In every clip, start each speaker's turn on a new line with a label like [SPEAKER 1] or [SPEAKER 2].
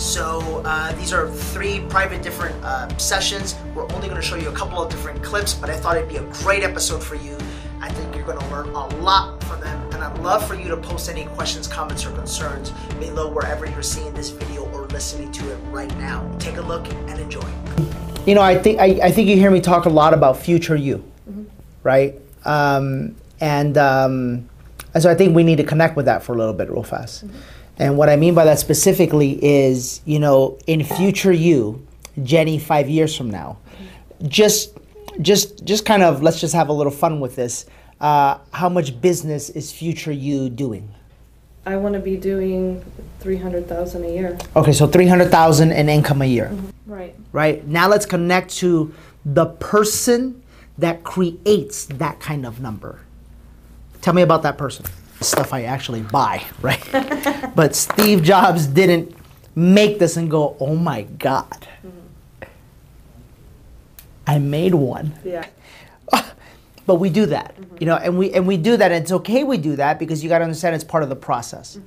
[SPEAKER 1] So uh, these are three private different uh, sessions. We're only going to show you a couple of different clips, but I thought it'd be a great episode for you. I think you're going to learn a lot from them, and I'd love for you to post any questions, comments, or concerns below wherever you're seeing this video or listening to it right now. Take a look and enjoy.
[SPEAKER 2] You know, I think I, I think you hear me talk a lot about future you,
[SPEAKER 1] Mm-hmm.
[SPEAKER 2] right? Um, and um, and so I think we need to connect with that for a little bit, real fast. And what I mean by that specifically is, you know, in future you, Jenny, five years from now, just just just kind of let's just have a little fun with this. Uh, how much business is future you doing?
[SPEAKER 3] I want to be doing three hundred thousand a year.
[SPEAKER 2] Okay, so three hundred thousand in income a year.
[SPEAKER 3] Right.
[SPEAKER 2] right? Now let's connect to the person that creates that kind of number. Tell me about that person. Stuff I actually buy, right? but Steve Jobs didn't make this and go, oh my God, I made one
[SPEAKER 3] Yeah.
[SPEAKER 2] but we do that you know and we and we do that and it's okay we do that because you got to understand it's part of the process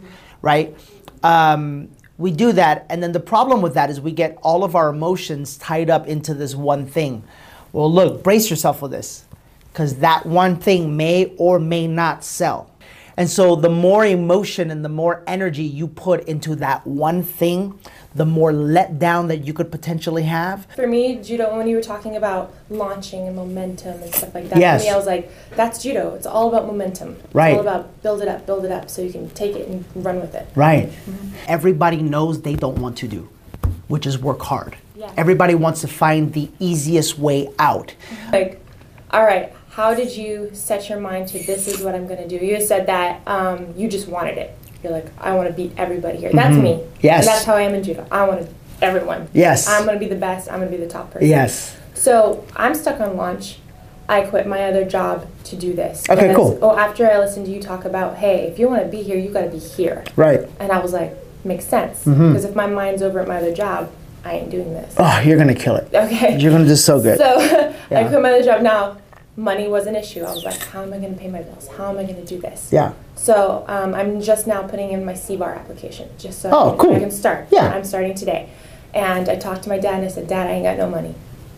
[SPEAKER 2] right um, we do that and then the problem with that is we get all of our emotions tied up into this one thing well look brace yourself for this because that one thing may or may not sell and so the more emotion and the more energy you put into that one thing the more letdown that you could potentially have
[SPEAKER 4] For me, judo, when you were talking about launching and momentum and stuff like that,
[SPEAKER 2] Yes.
[SPEAKER 4] for me, I was like, that's judo. It's all about momentum.
[SPEAKER 2] Right.
[SPEAKER 4] It's all about build it up, build it up so you can take it and run with it.
[SPEAKER 2] Right.
[SPEAKER 4] Mm-hmm.
[SPEAKER 2] Everybody knows they don't want to do, which is work hard.
[SPEAKER 4] Yeah.
[SPEAKER 2] Everybody wants to find the easiest way out.
[SPEAKER 4] Like, all right, how did you set your mind to this is what I'm going to do? You said that um, you just wanted it. You're like, I want to beat everybody here. That's me.
[SPEAKER 2] Mm-hmm. Yes.
[SPEAKER 4] And that's how I am in judo. I want to, everyone.
[SPEAKER 2] Yes.
[SPEAKER 4] I'm going to be the best. I'm going to be the top person.
[SPEAKER 2] Yes.
[SPEAKER 4] So I'm stuck on launch. I quit my other job to do this.
[SPEAKER 2] Okay,
[SPEAKER 4] Because-
[SPEAKER 2] cool.
[SPEAKER 4] Oh, after I listened to you talk about, hey, if you want to be here, you got to be here.
[SPEAKER 2] Right. Mm-hmm.
[SPEAKER 4] And I was like, makes sense. Because if my mind's over at my other job, I ain't doing this.
[SPEAKER 2] Oh, you're gonna kill it.
[SPEAKER 4] Okay.
[SPEAKER 2] You're gonna do so good.
[SPEAKER 4] So
[SPEAKER 2] Yeah.
[SPEAKER 4] I quit my other job now. Money was an issue. I was like, how am I going to pay my bills? How am I going to do this?
[SPEAKER 2] yeah.
[SPEAKER 4] So um, I'm just now putting in my CBAR application, just so
[SPEAKER 2] Oh,
[SPEAKER 4] I, can,
[SPEAKER 2] cool.
[SPEAKER 4] I can start.
[SPEAKER 2] Yeah.
[SPEAKER 4] I'm starting today. And I talked to my dad and I said, Dad, I ain't got no money.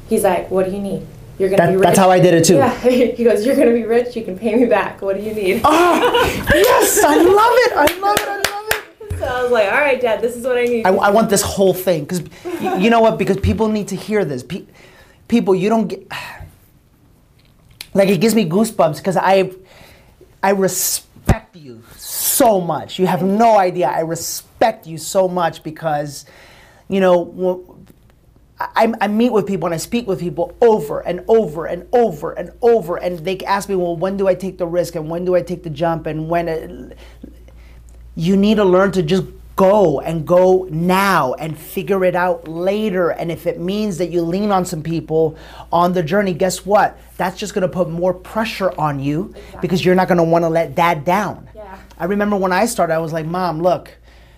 [SPEAKER 4] He's like, What do you need? You're gonna
[SPEAKER 2] That-
[SPEAKER 4] be rich.
[SPEAKER 2] that's how I did it, too.
[SPEAKER 4] Yeah. he goes, You're gonna be rich. You can pay me back. What do you need?
[SPEAKER 2] Yes, I love it. I love it. Oh, I love it.
[SPEAKER 4] So I was like, All right, Dad, this is what I need.
[SPEAKER 2] I, I want this whole thing because you know what? Because people need to hear this. Pe- people, you don't get like it gives me goosebumps because I I respect you so much. You have no idea. I respect you so much because you know w- I, I meet with people and I speak with people over and over and over and over, and they ask me, well, when do I take the risk and when do I take the jump and when. It, you need to learn to just go and go now and figure it out later. And if it means that you lean on some people on the journey, guess what? That's just gonna put more pressure on you because you're not gonna wanna let dad down.
[SPEAKER 4] Yeah.
[SPEAKER 2] I remember when I started, I was like, Mom, look,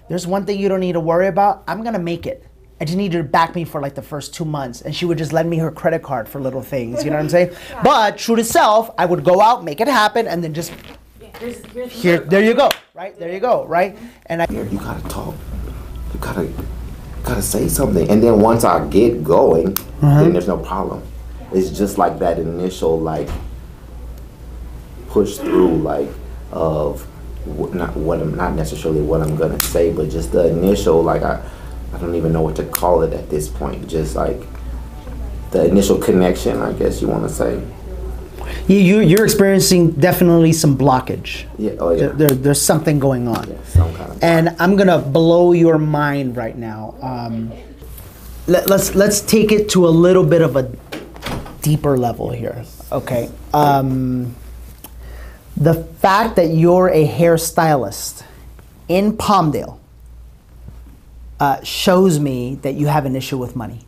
[SPEAKER 2] there's one thing you don't need to worry about. I'm gonna make it. I just need you to back me for like the first two months. And she would just lend me her credit card for little things, you know what I'm saying? But true to self, I would go out, make it happen, and then just
[SPEAKER 4] Here's- here's the
[SPEAKER 2] here, there you go, right? There you go, right? And I,
[SPEAKER 5] You gotta talk. You gotta you gotta say something. And then once I get going, then there's no problem. It's just like that initial like push through like of wh- not what I'm not necessarily what I'm gonna say, but just the initial like I I don't even know what to call it at this point. Just like the initial connection, I guess you want to say.
[SPEAKER 2] You, you, you're experiencing definitely some blockage.
[SPEAKER 5] Yeah. Oh yeah.
[SPEAKER 2] There, there- there's something going on.
[SPEAKER 5] Some kind of.
[SPEAKER 2] And I'm gonna blow your mind right now. Um, let, let's let's take it to a little bit of a deeper level here. Okay. Um, the fact that you're a hairstylist in Palmdale uh, shows me that you have an issue with money.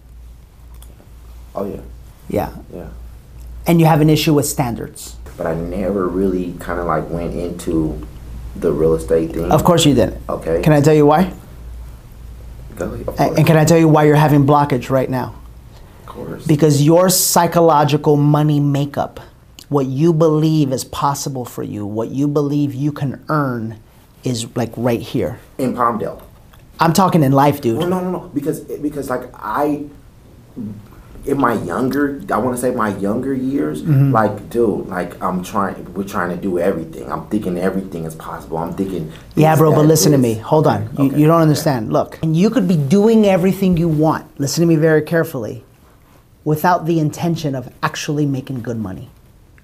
[SPEAKER 5] Oh yeah.
[SPEAKER 2] Yeah.
[SPEAKER 5] Yeah.
[SPEAKER 2] And you have an issue with standards.
[SPEAKER 5] but I never really kind of like went into the real estate thing.
[SPEAKER 2] Of course you didn't.
[SPEAKER 5] Okay.
[SPEAKER 2] Can I tell you why?
[SPEAKER 5] Go ahead. Of
[SPEAKER 2] A-
[SPEAKER 5] course.
[SPEAKER 2] And can I tell you why you're having blockage right now?
[SPEAKER 5] Of course.
[SPEAKER 2] Because your psychological money makeup, what you believe is possible for you, what you believe you can earn, is like right here.
[SPEAKER 5] in Palmdale.
[SPEAKER 2] I'm talking in life, dude.
[SPEAKER 5] Well, no, no, no. Because because like I, in my younger, I want to say my younger years,
[SPEAKER 2] Mm-hmm.
[SPEAKER 5] like dude, like I'm trying. We're trying to do everything. I'm thinking everything is possible. I'm thinking.
[SPEAKER 2] Yeah,
[SPEAKER 5] this,
[SPEAKER 2] bro, but
[SPEAKER 5] that,
[SPEAKER 2] listen to
[SPEAKER 5] this.
[SPEAKER 2] me. Hold on. You,
[SPEAKER 5] Okay.
[SPEAKER 2] you don't understand. Look, and you could be doing everything you want, listen to me very carefully, without the intention of actually making good money.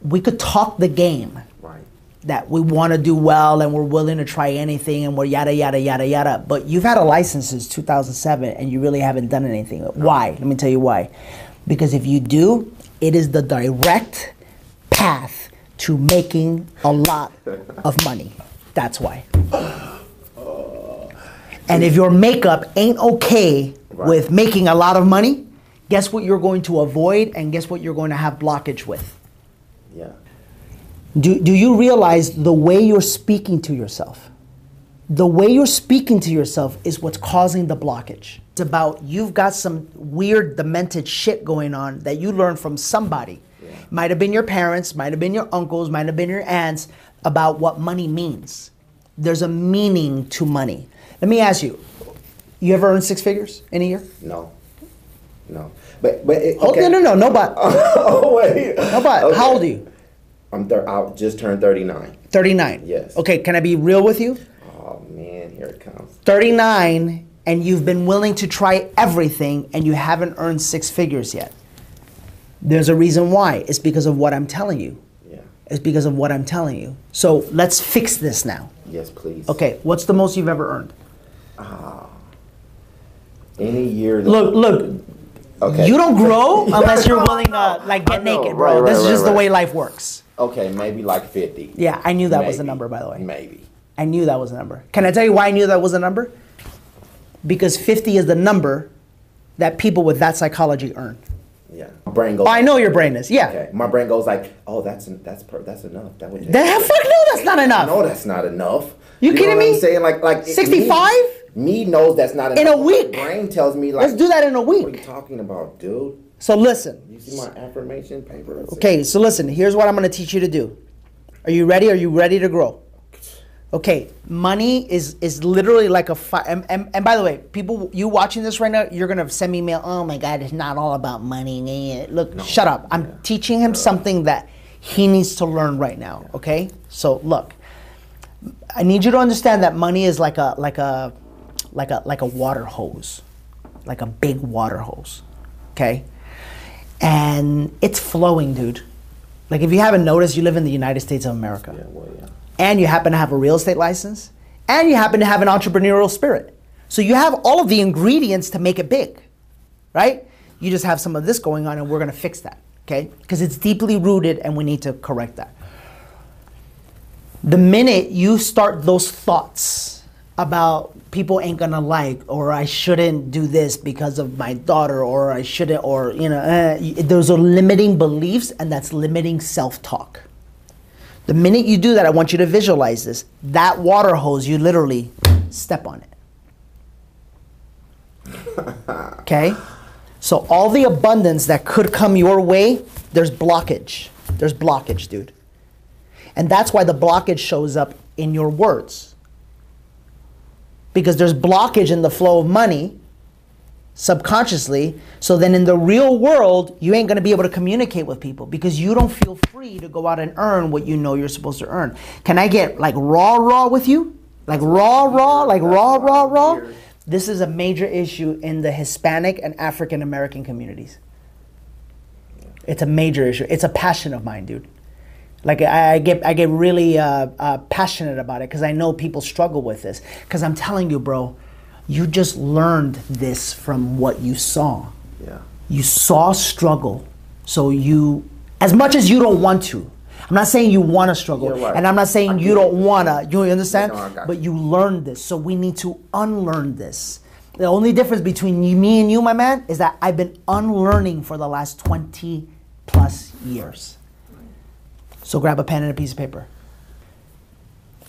[SPEAKER 2] We could talk the game
[SPEAKER 5] Right.
[SPEAKER 2] that we want to do well and we're willing to try anything and we're yada, yada, yada, yada. But you've had a license since 2007 and you really haven't done anything. Why? Let me tell you why. Because if you do, it is the direct path to making a lot of money. That's why. And if your makeup ain't okay
[SPEAKER 5] Right.
[SPEAKER 2] with making a lot of money, guess what you're going to avoid and guess what you're going to have blockage with?
[SPEAKER 5] Yeah.
[SPEAKER 2] Do, do you realize the way you're speaking to yourself? The way you're speaking to yourself is what's causing the blockage. It's about you've got some weird, demented shit going on that you learned from somebody. Might have been your parents, might have been your uncles, might have been your aunts about what money means. There's a meaning to money. Let me ask you you ever earned six figures in a year?
[SPEAKER 5] No. No. But but it,
[SPEAKER 2] Oh,
[SPEAKER 5] okay.
[SPEAKER 2] no, no, no, no, but,
[SPEAKER 5] oh wait.
[SPEAKER 2] no, but
[SPEAKER 5] Okay.
[SPEAKER 2] how old are you?
[SPEAKER 5] I'm thir- I just turned 39.
[SPEAKER 2] 39.
[SPEAKER 5] Yes.
[SPEAKER 2] Okay, can I be real with you?
[SPEAKER 5] Oh man, here it comes.
[SPEAKER 2] 39 and you've been willing to try everything and you haven't earned six figures yet. There's a reason why. It's because of what I'm telling you.
[SPEAKER 5] Yeah.
[SPEAKER 2] It's because of what I'm telling you. So let's fix this now.
[SPEAKER 5] Yes, please.
[SPEAKER 2] Okay, what's the most you've ever earned?
[SPEAKER 5] Any year. that-
[SPEAKER 2] Look, look,
[SPEAKER 5] Okay.
[SPEAKER 2] you don't grow unless you're willing to like get
[SPEAKER 5] I know,
[SPEAKER 2] naked, bro.
[SPEAKER 5] right,
[SPEAKER 2] That's
[SPEAKER 5] right,
[SPEAKER 2] just
[SPEAKER 5] right,
[SPEAKER 2] the way
[SPEAKER 5] right.
[SPEAKER 2] life works.
[SPEAKER 5] Okay, maybe like 50.
[SPEAKER 2] Yeah, I knew that was the
[SPEAKER 5] Maybe.
[SPEAKER 2] number, by the way.
[SPEAKER 5] Maybe.
[SPEAKER 2] I knew that was a number. Can I tell you why I knew that was a number? Because 50 is the number that people with that psychology earn.
[SPEAKER 5] Yeah. My brain goes.
[SPEAKER 2] Oh, I know your brain is. Yeah.
[SPEAKER 5] Okay. My brain goes like, oh, that's en- that's per- that's enough. That would. take-
[SPEAKER 2] That, fuck no, that's not enough.
[SPEAKER 5] No, that's not enough.
[SPEAKER 2] You
[SPEAKER 5] know
[SPEAKER 2] kidding
[SPEAKER 5] what
[SPEAKER 2] me?
[SPEAKER 5] I'm saying like like it-
[SPEAKER 2] 65?
[SPEAKER 5] Me, me knows that's not enough.
[SPEAKER 2] In a
[SPEAKER 5] My
[SPEAKER 2] week?
[SPEAKER 5] brain tells me like.
[SPEAKER 2] Let's do that in a
[SPEAKER 5] What are you
[SPEAKER 2] week.
[SPEAKER 5] talking about, dude?
[SPEAKER 2] So listen.
[SPEAKER 5] You see my affirmation paper? It's-
[SPEAKER 2] Okay, so listen, here's what I'm gonna teach you to do. Are you ready? Are you ready to grow? Okay, money is is literally like a fire. And, and, and by the way, people, you watching this right now, you're gonna send me mail. Oh my God, it's not all about money. Nah, nah." Look, shut up. I'm teaching him something that he needs to learn right now. Okay, so look, I need you to understand that money is like a like a like a like a water hose, like a big water hose. Okay, and it's flowing, dude. Like if you haven't noticed, you live in the United States of America
[SPEAKER 5] Yeah, well, yeah.
[SPEAKER 2] and you happen to have a real estate license, and you happen to have an entrepreneurial spirit. So you have all of the ingredients to make it big, right? You just have some of this going on, and we're gonna fix that, okay? Because it's deeply rooted, and we need to correct that. The minute you start those thoughts about people ain't gonna like, or I shouldn't do this because of my daughter, or I shouldn't, or you know, eh, y- those are limiting beliefs, and that's limiting self talk. The minute you do that, I want you to visualize this. That water hose, you literally step on it. Okay? So, all the abundance that could come your way, there's blockage. There's blockage, dude. And that's why the blockage shows up in your words. Because there's blockage in the flow of money subconsciously. So then in the real world, you ain't gonna be able to communicate with people because you don't feel free to go out and earn what you know you're supposed to earn. Can I get like raw, raw with you? Like raw, raw, like raw, raw, raw? This is a major issue in the Hispanic and African American communities. It's a major issue. It's a passion of mine, dude. Like I, I get, I get really uh, uh, passionate about it because I know people struggle with this. Because I'm telling you, bro, you just learned this from what you saw.
[SPEAKER 5] Yeah.
[SPEAKER 2] You saw struggle, so you, as much as you don't want to. I'm not saying you want to struggle,
[SPEAKER 5] Yeah, right.
[SPEAKER 2] and I'm not saying
[SPEAKER 5] I
[SPEAKER 2] you
[SPEAKER 5] get
[SPEAKER 2] don't
[SPEAKER 5] it.
[SPEAKER 2] wanna. You understand?
[SPEAKER 5] No, I got
[SPEAKER 2] but
[SPEAKER 5] you.
[SPEAKER 2] you learned this, so we need to unlearn this. The only difference between you- me and you, my man, is that I've been unlearning for the last 20 plus years. So grab a pen and a piece of paper.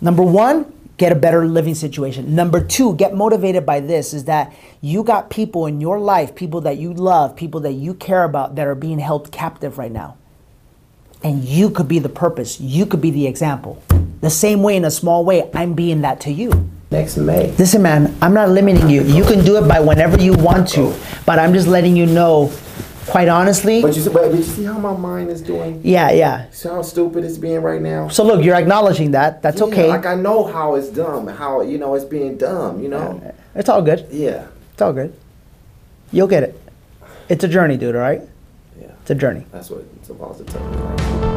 [SPEAKER 2] Number one, get a better living situation. Number two, get motivated by this is that you got people in your life, people that you love, people that you care about that are being held captive right now. And you could be the purpose, you could be the example. The same way, in a small way, I'm being that to you.
[SPEAKER 5] next May.
[SPEAKER 2] Listen, man, I'm not limiting you. You can do it by whenever you want to, but I'm just letting you know, quite honestly.
[SPEAKER 5] But you, see- but, but you see how my mind is doing?
[SPEAKER 2] Yeah, yeah.
[SPEAKER 5] See how stupid it's being right now?
[SPEAKER 2] So look, you're acknowledging that. That's
[SPEAKER 5] Yeah,
[SPEAKER 2] okay.
[SPEAKER 5] Like I know how it's dumb, how you know it's being dumb, you know?
[SPEAKER 2] It's all good.
[SPEAKER 5] Yeah.
[SPEAKER 2] It's all good. You'll get it. It's a journey, dude, all right?
[SPEAKER 5] Yeah.
[SPEAKER 2] It's a journey.
[SPEAKER 5] That's what it's supposed to tell me.